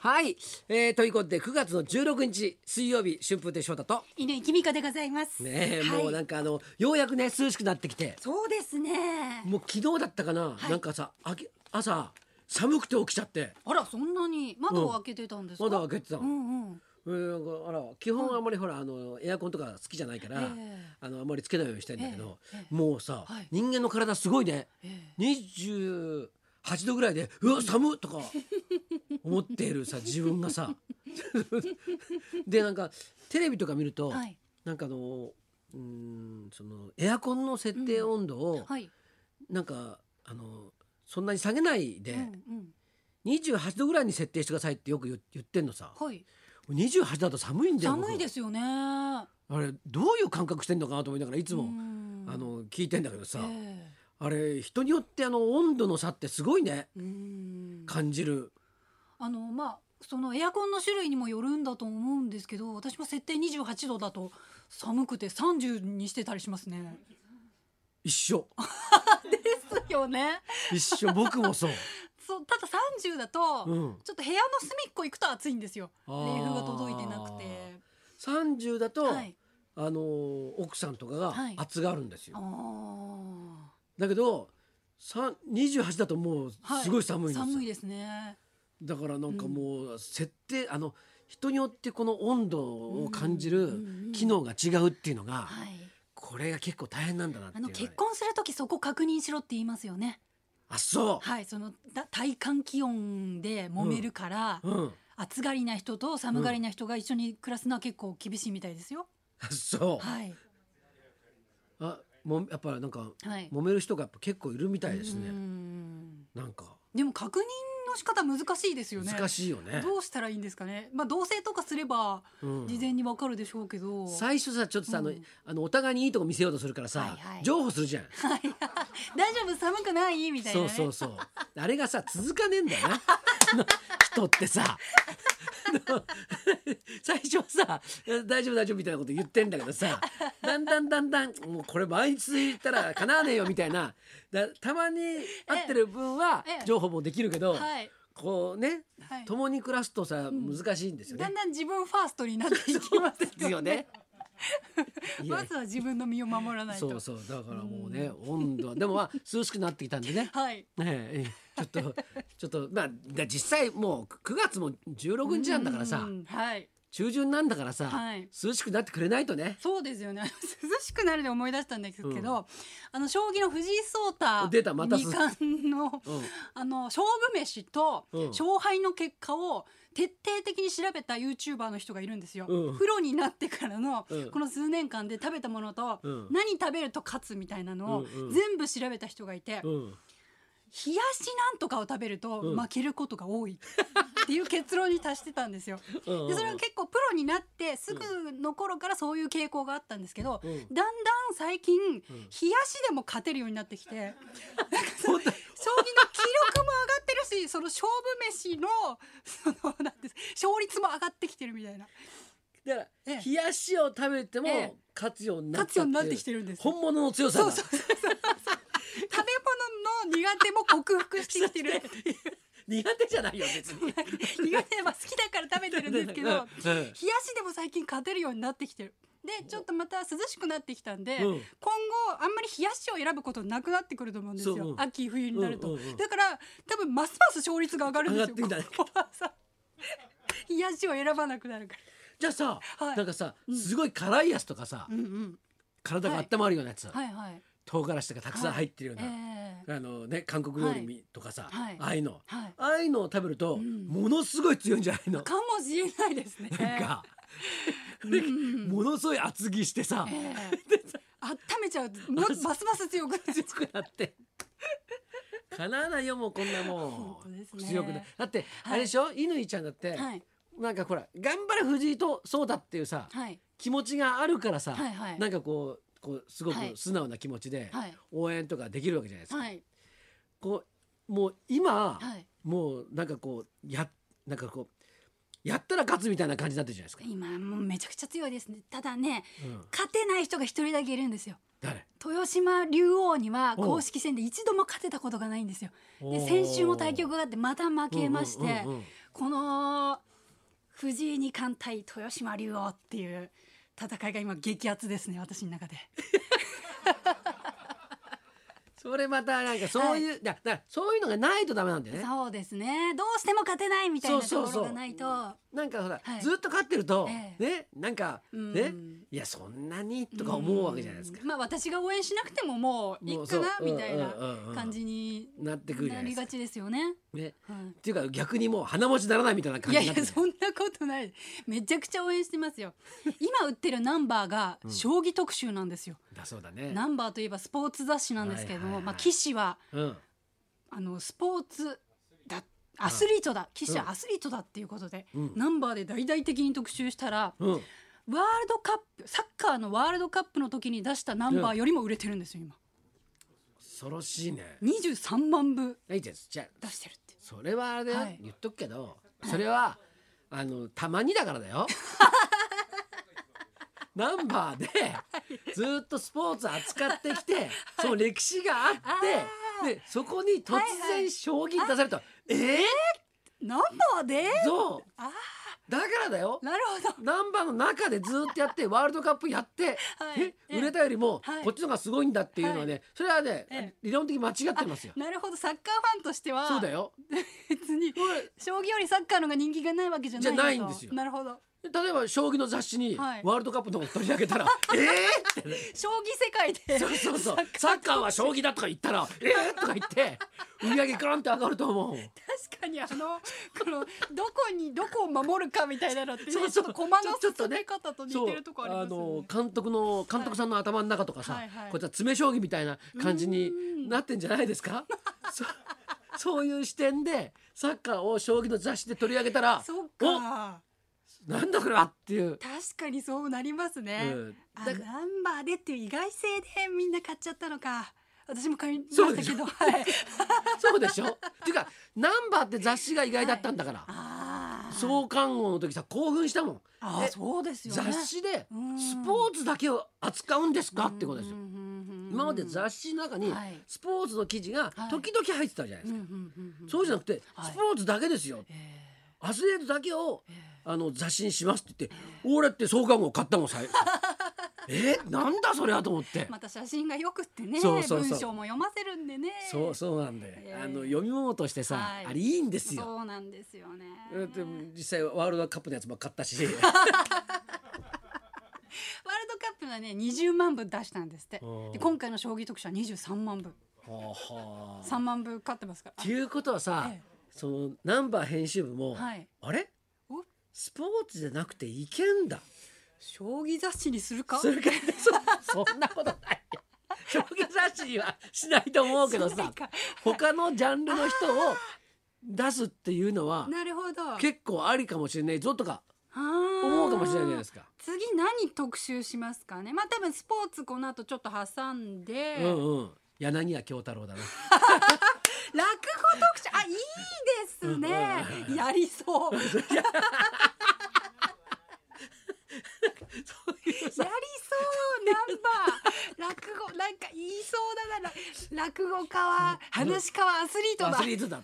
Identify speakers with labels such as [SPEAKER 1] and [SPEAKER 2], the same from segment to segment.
[SPEAKER 1] はい、えー、ということで9月の16日水曜日春風亭昇太と
[SPEAKER 2] 犬井美子でございます。
[SPEAKER 1] ねえ、
[SPEAKER 2] はい
[SPEAKER 1] もうなんかあのようやくね涼しくなってきて
[SPEAKER 2] そうですね。
[SPEAKER 1] もう昨日だったかな、
[SPEAKER 2] はい
[SPEAKER 1] なんかさあき朝寒くて起きちゃって
[SPEAKER 2] あら、そんなに窓を開けてたんですか。
[SPEAKER 1] 窓開けてたの
[SPEAKER 2] うんうん。
[SPEAKER 1] えーなんかあら基本あんまりほら、あのエアコンとか好きじゃないから、
[SPEAKER 2] ええ
[SPEAKER 1] あのあんまりつけないようにしてんだけど、
[SPEAKER 2] ええええ
[SPEAKER 1] もうさ、
[SPEAKER 2] はい
[SPEAKER 1] 人間の体すごいね、
[SPEAKER 2] え
[SPEAKER 1] 28度ぐらいでうわ寒っとか思っている さ自分がさでなんかテレビとか見ると、
[SPEAKER 2] はい
[SPEAKER 1] なんかあのうーんそのエアコンの設定温度を、
[SPEAKER 2] はい。
[SPEAKER 1] なんかあのそんなに下げないで、
[SPEAKER 2] うんうん。
[SPEAKER 1] 28度ぐらいに設定してくださいってよく言言ってんのさ
[SPEAKER 2] はい。
[SPEAKER 1] 28だと寒いんだよ僕
[SPEAKER 2] 寒いですよね。
[SPEAKER 1] あれどういう感覚してんのかなと思いながらいつも、
[SPEAKER 2] うん
[SPEAKER 1] あ。の聞いてんだけどさ、
[SPEAKER 2] え
[SPEAKER 1] あれ人によってあの温度の差ってすごいね
[SPEAKER 2] えうん。
[SPEAKER 1] 感じる
[SPEAKER 2] あの、まあ。そのエアコンの種類にもよるんだと思うんですけど私も設定28度だと寒くて30にしてたりしますね。
[SPEAKER 1] 一緒
[SPEAKER 2] ですよね。
[SPEAKER 1] 一緒僕も そう、
[SPEAKER 2] そうただ30だと、
[SPEAKER 1] うん、
[SPEAKER 2] ちょっと部屋の隅っこ行くと暑いんですよ。
[SPEAKER 1] あ
[SPEAKER 2] 冷
[SPEAKER 1] ー
[SPEAKER 2] 風が届いてなくて。
[SPEAKER 1] 30だと、
[SPEAKER 2] はい。
[SPEAKER 1] あのー奥さんとかが
[SPEAKER 2] はい
[SPEAKER 1] 圧があるんですよ、
[SPEAKER 2] ああ。
[SPEAKER 1] だけどさ28だともう
[SPEAKER 2] は
[SPEAKER 1] すごい寒いんですよ、
[SPEAKER 2] 寒いですね。
[SPEAKER 1] だからなんかもう設定、あの人によってこの温度を感じる機能が違うっていうのが、
[SPEAKER 2] はい。
[SPEAKER 1] これが結構大変なんだなって
[SPEAKER 2] あ
[SPEAKER 1] いう
[SPEAKER 2] の
[SPEAKER 1] は
[SPEAKER 2] 結婚するときそこ確認しろって言いますよね。
[SPEAKER 1] あそ
[SPEAKER 2] はい、そのだ体感気温で揉めるから、
[SPEAKER 1] う、うん、
[SPEAKER 2] 暑がりな人と寒がりな人が一緒に暮らすのは結構厳しいみたいですよ。
[SPEAKER 1] あそう、
[SPEAKER 2] はい。
[SPEAKER 1] あもやっぱなんか
[SPEAKER 2] はい。
[SPEAKER 1] 揉める人がやっぱ結構いるみたいです
[SPEAKER 2] うー
[SPEAKER 1] ね
[SPEAKER 2] ん
[SPEAKER 1] なんか
[SPEAKER 2] でも確認の仕方難しいですよね。
[SPEAKER 1] 難しいよね
[SPEAKER 2] どうしたらいいんですかね。まあ同棲とかすれば
[SPEAKER 1] うん
[SPEAKER 2] 事前にわかるでしょうけど。
[SPEAKER 1] 最初さちょっとさ、あ
[SPEAKER 2] う
[SPEAKER 1] の
[SPEAKER 2] ん
[SPEAKER 1] あのお互いにいいとこ見せようとするからさ、
[SPEAKER 2] はいはい
[SPEAKER 1] 譲歩するじゃん、
[SPEAKER 2] はい、大丈夫寒くないみたいな、
[SPEAKER 1] そ
[SPEAKER 2] ね、
[SPEAKER 1] うそうそうあれがさ続かね えんだよな人ってさ 最初はさ「大丈夫大丈夫」みたいなこと言ってんだけどさだんだんだんだんもうこれ毎日言ったら叶わねえよみたいなだたまに会ってる分は
[SPEAKER 2] ええ
[SPEAKER 1] 譲歩もできるけど、
[SPEAKER 2] はい、
[SPEAKER 1] こうね
[SPEAKER 2] はい、
[SPEAKER 1] 共に暮らすとさ難しいんですよね
[SPEAKER 2] だん。だん自分ファーストになっていきますよ
[SPEAKER 1] ですよね。いや
[SPEAKER 2] まずは自分の身を守らないと。
[SPEAKER 1] そうそうだからもうね、温度はでもまあ涼しくなってきたんでね
[SPEAKER 2] はい
[SPEAKER 1] ねえちょっとちょっとまあだ実際もう9月も16日なんだからさ、
[SPEAKER 2] うんはい
[SPEAKER 1] 中旬なんだからさ、
[SPEAKER 2] はい
[SPEAKER 1] 涼しくなってくれないとね。
[SPEAKER 2] そうですよね涼しくなるで思い出したんですけど、
[SPEAKER 1] うん
[SPEAKER 2] あの将棋の藤井聡太
[SPEAKER 1] 出たまたす
[SPEAKER 2] 二冠の
[SPEAKER 1] うん、
[SPEAKER 2] あの勝負飯と
[SPEAKER 1] うん
[SPEAKER 2] 勝敗の結果を徹底的に調べた YouTuber の人がいるんですよ、
[SPEAKER 1] うん
[SPEAKER 2] プロになってからの
[SPEAKER 1] うん
[SPEAKER 2] この数年間で食べたものと
[SPEAKER 1] うん
[SPEAKER 2] 何食べると勝つみたいなのを
[SPEAKER 1] うんうん
[SPEAKER 2] 全部調べた人がいて
[SPEAKER 1] うん、
[SPEAKER 2] 冷やしなんとかを食べると
[SPEAKER 1] うん
[SPEAKER 2] 負けることが多いっていう結論に達してたんですよ。
[SPEAKER 1] うん
[SPEAKER 2] でそれは結構プロになってすぐの頃からそういう傾向があったんですけど、
[SPEAKER 1] うん
[SPEAKER 2] だんだん最近、冷やしでも勝てるようになってきて、なんかその将棋の記録も上がってる しその勝負飯のそのなんていうんです勝率も上がってきてるみたい
[SPEAKER 1] だ
[SPEAKER 2] な
[SPEAKER 1] から、
[SPEAKER 2] ええ
[SPEAKER 1] 冷やしを食べても
[SPEAKER 2] ええ
[SPEAKER 1] 勝つようになった
[SPEAKER 2] 勝つようになってきてるんです。食べ
[SPEAKER 1] 本物の強さが
[SPEAKER 2] そう物の苦手も克服してきて る
[SPEAKER 1] 苦手じゃないよ別に。
[SPEAKER 2] 苦手は好きだから食べてるんですけ ど。
[SPEAKER 1] うん
[SPEAKER 2] 冷やしでも最近勝てるようになってきてるでちょっとまた涼しくなってきたんで、
[SPEAKER 1] うん
[SPEAKER 2] 今後あんまり冷やしを選ぶことなくなってくると思うんですよ、
[SPEAKER 1] そううん
[SPEAKER 2] 秋冬になると、
[SPEAKER 1] うんうんうん
[SPEAKER 2] だから多分ますます勝率が上がるんですよ
[SPEAKER 1] 上がってき
[SPEAKER 2] ここはさ 冷やしを選ばなくなるか
[SPEAKER 1] じゃあさ、
[SPEAKER 2] はい
[SPEAKER 1] なんかさすごい辛いやつとかさ、
[SPEAKER 2] らうんうん
[SPEAKER 1] 体が温まるようなやつ、
[SPEAKER 2] はいはい
[SPEAKER 1] 唐辛子とかたくさん入ってるよう
[SPEAKER 2] え
[SPEAKER 1] な、
[SPEAKER 2] え
[SPEAKER 1] あのね韓国料理とかさ、
[SPEAKER 2] はい
[SPEAKER 1] ああいうの、
[SPEAKER 2] はい
[SPEAKER 1] ああいうのを食べると、
[SPEAKER 2] ん
[SPEAKER 1] ものすごい強いんじゃないの
[SPEAKER 2] かもしれないですね
[SPEAKER 1] なんか、
[SPEAKER 2] ん
[SPEAKER 1] ものすごい厚着してさ
[SPEAKER 2] え、え温めちゃうとも ますます強くなっちゃう
[SPEAKER 1] だって叶わないよもうこんなも
[SPEAKER 2] 本当です
[SPEAKER 1] う、
[SPEAKER 2] ね
[SPEAKER 1] 強くなだって、
[SPEAKER 2] はい
[SPEAKER 1] あれでしょ乾ちゃんだって、
[SPEAKER 2] はい
[SPEAKER 1] なんかほら頑張れ藤井とそうだっていうさ、
[SPEAKER 2] はい
[SPEAKER 1] 気持ちがあるからさ、
[SPEAKER 2] はいはい
[SPEAKER 1] なんかこうこうすごく素直な気持ちで
[SPEAKER 2] はい
[SPEAKER 1] 応援とかできるわけじゃないですか。
[SPEAKER 2] はい
[SPEAKER 1] こうもう今、
[SPEAKER 2] はい
[SPEAKER 1] もうなんかこうやなんかこうやったら勝つみたいな感じになってるじゃないですか。
[SPEAKER 2] 今もうめちゃくちゃ強いですねただね
[SPEAKER 1] うん、
[SPEAKER 2] 勝てない人が一人だけいるんですよ
[SPEAKER 1] 誰
[SPEAKER 2] 豊島竜王には
[SPEAKER 1] おう
[SPEAKER 2] 公式戦で一度も勝てたことがないんですよで先週も対局があってまた負けまして
[SPEAKER 1] うんうんうんうん
[SPEAKER 2] この藤井二冠対豊島竜王っていう戦いが今激アツですね私の中で
[SPEAKER 1] それまたなんかそういう、だだそういうのがないとダメなんだよね
[SPEAKER 2] そうですねどうしても勝てないみたいな
[SPEAKER 1] そう
[SPEAKER 2] と
[SPEAKER 1] そうそ
[SPEAKER 2] こ
[SPEAKER 1] う
[SPEAKER 2] ろがないと
[SPEAKER 1] なんかほら、
[SPEAKER 2] はい
[SPEAKER 1] ずっと勝ってると、
[SPEAKER 2] え
[SPEAKER 1] ねなんか、
[SPEAKER 2] うん
[SPEAKER 1] ねいやそんなにとか思うわけじゃないですか
[SPEAKER 2] う。んまあ私が応援しなくてももういい
[SPEAKER 1] もう
[SPEAKER 2] かな
[SPEAKER 1] そう
[SPEAKER 2] みたいな
[SPEAKER 1] うんうんうん
[SPEAKER 2] 感じに
[SPEAKER 1] なってくるじゃ
[SPEAKER 2] な
[SPEAKER 1] ないで
[SPEAKER 2] り
[SPEAKER 1] す
[SPEAKER 2] が
[SPEAKER 1] か。
[SPEAKER 2] ちですよね。
[SPEAKER 1] ね、
[SPEAKER 2] はい
[SPEAKER 1] っていうか逆にもう鼻持ちならないみたいない感じ
[SPEAKER 2] や
[SPEAKER 1] に
[SPEAKER 2] い
[SPEAKER 1] な
[SPEAKER 2] や
[SPEAKER 1] ってくる
[SPEAKER 2] そんなことないめちゃくちゃ応援してま すよ今売ってるナンバーが将棋特集なんですよ、
[SPEAKER 1] だそうだね。
[SPEAKER 2] ナンバーといえばスポーツ雑誌なんですけれども、
[SPEAKER 1] はいはいはい
[SPEAKER 2] まあ棋士は
[SPEAKER 1] うん、
[SPEAKER 2] あのスポーツだアスリートだ棋士
[SPEAKER 1] う
[SPEAKER 2] は
[SPEAKER 1] ん
[SPEAKER 2] アスリートだっていうことで、
[SPEAKER 1] うん
[SPEAKER 2] ナンバーで大々的に特集したら、
[SPEAKER 1] うん、
[SPEAKER 2] ワールドカップサッカーのワールドカップの時に出したナンバーよりも売れてるんですよ今
[SPEAKER 1] 恐ろしいね。
[SPEAKER 2] 23万部
[SPEAKER 1] いいです。じゃあ
[SPEAKER 2] 出してるって
[SPEAKER 1] それはあれだよ、
[SPEAKER 2] はい
[SPEAKER 1] 言っとくけど、それはあのたまにだからだ よ。ナンバーでずっとスポーツ扱ってきて、その歴史があって、でそこに突
[SPEAKER 2] はいは
[SPEAKER 1] 然
[SPEAKER 2] い
[SPEAKER 1] 将棋出されると、ええ
[SPEAKER 2] ナンバーで
[SPEAKER 1] そう
[SPEAKER 2] ああ
[SPEAKER 1] だからだよ
[SPEAKER 2] なるほど
[SPEAKER 1] ナンバーの中でずっとやってワールドカップやって、
[SPEAKER 2] はい
[SPEAKER 1] え売れたよりも
[SPEAKER 2] はい
[SPEAKER 1] こっちの方がすごいんだっていうのはね、それはね、
[SPEAKER 2] え
[SPEAKER 1] 理論的に間違ってますよ。
[SPEAKER 2] なるほどサッカーファンとしては
[SPEAKER 1] そうだよ
[SPEAKER 2] 別に将棋よりサッカーの方が人気がないわけじゃない
[SPEAKER 1] じゃないんですよ
[SPEAKER 2] なるほど
[SPEAKER 1] 例えば将棋の雑誌に
[SPEAKER 2] はい
[SPEAKER 1] ワールドカップのこと取り上げたら 「ええって、
[SPEAKER 2] 将棋世界で
[SPEAKER 1] そうそうそうサッカーは将棋だとか言ったら「ええとか言って売り上げガンって上がると思う。
[SPEAKER 2] 確かにあのこのどこにどこを守るかみたいなのってね、
[SPEAKER 1] そう
[SPEAKER 2] ち
[SPEAKER 1] そ
[SPEAKER 2] ょ
[SPEAKER 1] う
[SPEAKER 2] っと駒の
[SPEAKER 1] ちょちょっと
[SPEAKER 2] 進
[SPEAKER 1] ね
[SPEAKER 2] め方と似
[SPEAKER 1] そう
[SPEAKER 2] てるとこありますよね
[SPEAKER 1] の。監督の監督さんの頭の中とかさ、
[SPEAKER 2] はいは
[SPEAKER 1] こ
[SPEAKER 2] い
[SPEAKER 1] ういった詰め将棋みたいな感じになってんじゃないです かそそういう視点でサッカーを将棋の雑誌で取り上げたら
[SPEAKER 2] そっか
[SPEAKER 1] おなんだこれはっていう、
[SPEAKER 2] 確かにそうなります
[SPEAKER 1] う
[SPEAKER 2] ね。
[SPEAKER 1] ん、
[SPEAKER 2] あ
[SPEAKER 1] だから
[SPEAKER 2] ナンバーでっていう意外性でみんな買っちゃったのか。私も買いま
[SPEAKER 1] そうで
[SPEAKER 2] した
[SPEAKER 1] し
[SPEAKER 2] け
[SPEAKER 1] ょ
[SPEAKER 2] ど、はい。
[SPEAKER 1] そうでしょっていうかナンバーって雑誌が意外だったんだ から、
[SPEAKER 2] ああ。う。
[SPEAKER 1] 創刊号の時さ興奮したもん
[SPEAKER 2] ああ
[SPEAKER 1] え
[SPEAKER 2] そうですよね。
[SPEAKER 1] 雑誌で
[SPEAKER 2] うん
[SPEAKER 1] スポーツだけを扱うんですかってことですよ
[SPEAKER 2] うんうんうんうん
[SPEAKER 1] 今まで雑誌の中に
[SPEAKER 2] はい
[SPEAKER 1] スポーツの記事が
[SPEAKER 2] はい
[SPEAKER 1] 時々入ってたじゃないですか、
[SPEAKER 2] うんうんうんうん
[SPEAKER 1] そうじゃなくて、
[SPEAKER 2] はい
[SPEAKER 1] スポーツだけですよ。
[SPEAKER 2] え
[SPEAKER 1] アスリートだけを、
[SPEAKER 2] えええ
[SPEAKER 1] あの雑誌にしますって言って、俺って創刊号買ったもん、 最初。えなんだそれはと思って。
[SPEAKER 2] また写真がよくってね
[SPEAKER 1] そうそうそう
[SPEAKER 2] 文章も読ませるんでね
[SPEAKER 1] そう、そうなんで、
[SPEAKER 2] ええ
[SPEAKER 1] あの読み物としてさ、
[SPEAKER 2] はい
[SPEAKER 1] あれいいんですよ。
[SPEAKER 2] そうなんですよね
[SPEAKER 1] だって実際ワールドカップのやつも買ったし。
[SPEAKER 2] ワールドカップはね20万部出したんですって
[SPEAKER 1] うん
[SPEAKER 2] で今回の将棋特集は23万部
[SPEAKER 1] ほうほう
[SPEAKER 2] 3万部勝ってますから
[SPEAKER 1] っていうことはさ、
[SPEAKER 2] ええ
[SPEAKER 1] そのナンバー編集部も、
[SPEAKER 2] はい
[SPEAKER 1] あれ
[SPEAKER 2] お
[SPEAKER 1] スポーツじゃなくていけんだ。
[SPEAKER 2] 将棋雑誌にするか
[SPEAKER 1] それからそそんなことない よ。将棋雑誌にはしないと思うけど
[SPEAKER 2] しな
[SPEAKER 1] さ
[SPEAKER 2] いか。
[SPEAKER 1] 他のジャンルの人を出すっていうのは
[SPEAKER 2] なるほど
[SPEAKER 1] 結構ありかもしれないぞとか思
[SPEAKER 2] 思
[SPEAKER 1] うかもしれないじゃないですか。
[SPEAKER 2] 次何特集しますかねまあ多分スポーツこの後ちょっと挟んで、
[SPEAKER 1] うんうん。柳家京太郎だな。
[SPEAKER 2] 落語特集あいいですねやりそうやりそうナンバー落語なんか言いそうだなら落語家は話家はアスリート
[SPEAKER 1] ア
[SPEAKER 2] だ
[SPEAKER 1] ス
[SPEAKER 2] 言い
[SPEAKER 1] リートだ。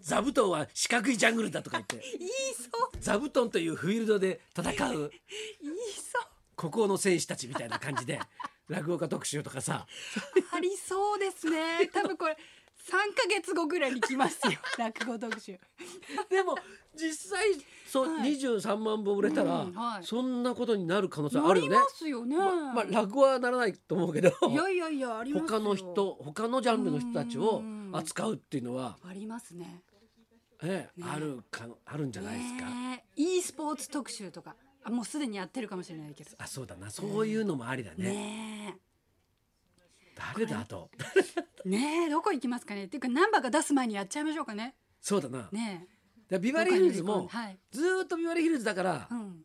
[SPEAKER 1] 座布団は四角いジャングルだとか言って、
[SPEAKER 2] そう
[SPEAKER 1] 座布団というフィールドで戦う
[SPEAKER 2] 言いそ
[SPEAKER 1] 孤高の戦士たちみたいな感じで落語家特集とかさ。
[SPEAKER 2] うありそうです ね多分これ三ヶ月後ぐらいに来ますよ落語特集
[SPEAKER 1] でも実際そう、
[SPEAKER 2] はい
[SPEAKER 1] 23万本売れたら、
[SPEAKER 2] うんはい
[SPEAKER 1] そんなことになる可能性あ
[SPEAKER 2] な
[SPEAKER 1] るよ
[SPEAKER 2] り
[SPEAKER 1] ね
[SPEAKER 2] ま。すよね、
[SPEAKER 1] ままあ落語はならないと思うけど
[SPEAKER 2] いやいやいやありますよ
[SPEAKER 1] 他の人他のジャンルの人たちを
[SPEAKER 2] うん
[SPEAKER 1] 扱うっていうのは、
[SPEAKER 2] ありますね
[SPEAKER 1] ね
[SPEAKER 2] ね
[SPEAKER 1] あるかのあるんじゃないですか。
[SPEAKER 2] ねえ e スポーツ特集とかあもうすでにやってるかもしれないけど
[SPEAKER 1] あそうだなそういうのもありだね。
[SPEAKER 2] ね
[SPEAKER 1] 誰だあと
[SPEAKER 2] えねえどこ行きますかねっていうかナンバーが出す前にやっちゃいましょうかね
[SPEAKER 1] そうだな。
[SPEAKER 2] ねえ
[SPEAKER 1] でビバリーヒルズ
[SPEAKER 2] どっ
[SPEAKER 1] も
[SPEAKER 2] かに乗り
[SPEAKER 1] ずーっとビバリーヒルズだから、
[SPEAKER 2] 込んではい、うん、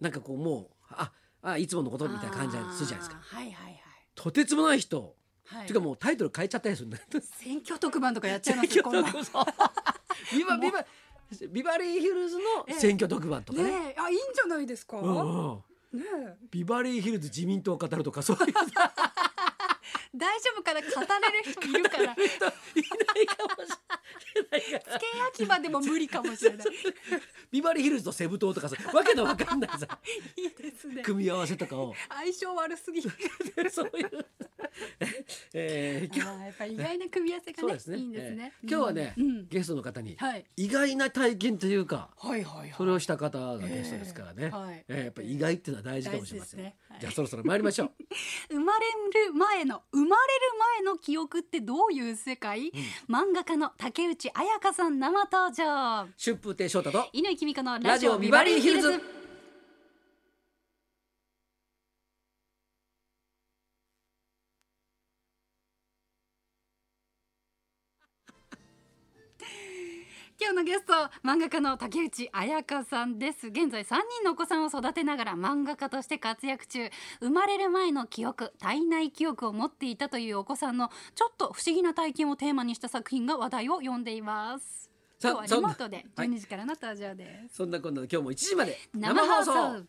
[SPEAKER 1] なんかこうもうああいつものことみたいな感じがするじゃないですか。
[SPEAKER 2] あーはいはいはい
[SPEAKER 1] とてつもない人。
[SPEAKER 2] はい
[SPEAKER 1] ていうかもうタイトル変えちゃったりするんだ。
[SPEAKER 2] 選挙特番とかやっちゃいます
[SPEAKER 1] 選
[SPEAKER 2] よ
[SPEAKER 1] 挙
[SPEAKER 2] こんな
[SPEAKER 1] 特
[SPEAKER 2] ね
[SPEAKER 1] 番 ビバビバビバリーヒルズの選挙特番とかね。
[SPEAKER 2] えあいいんじゃないですか、
[SPEAKER 1] うんうん
[SPEAKER 2] ねえ
[SPEAKER 1] ビバリーヒルズ自民党を語るとかそういう
[SPEAKER 2] 大丈夫かな語れる人いるから付
[SPEAKER 1] いないかもしれないから
[SPEAKER 2] け焼き場でも無理かもしれない
[SPEAKER 1] ビバリーヒルズとセブ島とかさわけのわかん ないさ
[SPEAKER 2] いいですね
[SPEAKER 1] 組み合わせとかを
[SPEAKER 2] 相性悪すぎる
[SPEAKER 1] そういう、 えー、今日
[SPEAKER 2] あーやっぱり意外な組み合わせが
[SPEAKER 1] そう
[SPEAKER 2] ね
[SPEAKER 1] ですね
[SPEAKER 2] いいんですね、
[SPEAKER 1] えー今日はね、
[SPEAKER 2] うんうん
[SPEAKER 1] ゲストの方に
[SPEAKER 2] はい
[SPEAKER 1] 意外な体験というか
[SPEAKER 2] はいはいはい
[SPEAKER 1] それをした方がゲストですからね、え
[SPEAKER 2] えーはい
[SPEAKER 1] ーやっぱり意外っていうのは大事かもしれません、
[SPEAKER 2] 大事ですねはい
[SPEAKER 1] じゃあそろそろ参りましょう
[SPEAKER 2] 生まれる前の生まれる前の記憶ってどういう世界、漫画家の竹内彩香さん生登場
[SPEAKER 1] 春風亭昇太と
[SPEAKER 2] 犬井君子の
[SPEAKER 1] ラ
[SPEAKER 2] ラ
[SPEAKER 1] ジ
[SPEAKER 2] ジ
[SPEAKER 1] オ
[SPEAKER 2] オ
[SPEAKER 1] ビ
[SPEAKER 2] ビ
[SPEAKER 1] バ
[SPEAKER 2] バ
[SPEAKER 1] リ
[SPEAKER 2] リ
[SPEAKER 1] ー
[SPEAKER 2] ー
[SPEAKER 1] ヒル
[SPEAKER 2] ヒル
[SPEAKER 1] ズ
[SPEAKER 2] ズ今日のゲスト漫画家の竹内彩香さんです現在3人のお子さんを育てながら漫画家として活躍中生まれる前の記憶体内記憶を持っていたというお子さんのちょっと不思議な体験をテーマにした作品が話題を呼んでいます
[SPEAKER 1] さ
[SPEAKER 2] 今日はリモートで
[SPEAKER 1] そんなはい
[SPEAKER 2] 12時からの登場です、
[SPEAKER 1] そんなこんなで今日も1時まで
[SPEAKER 2] 生放送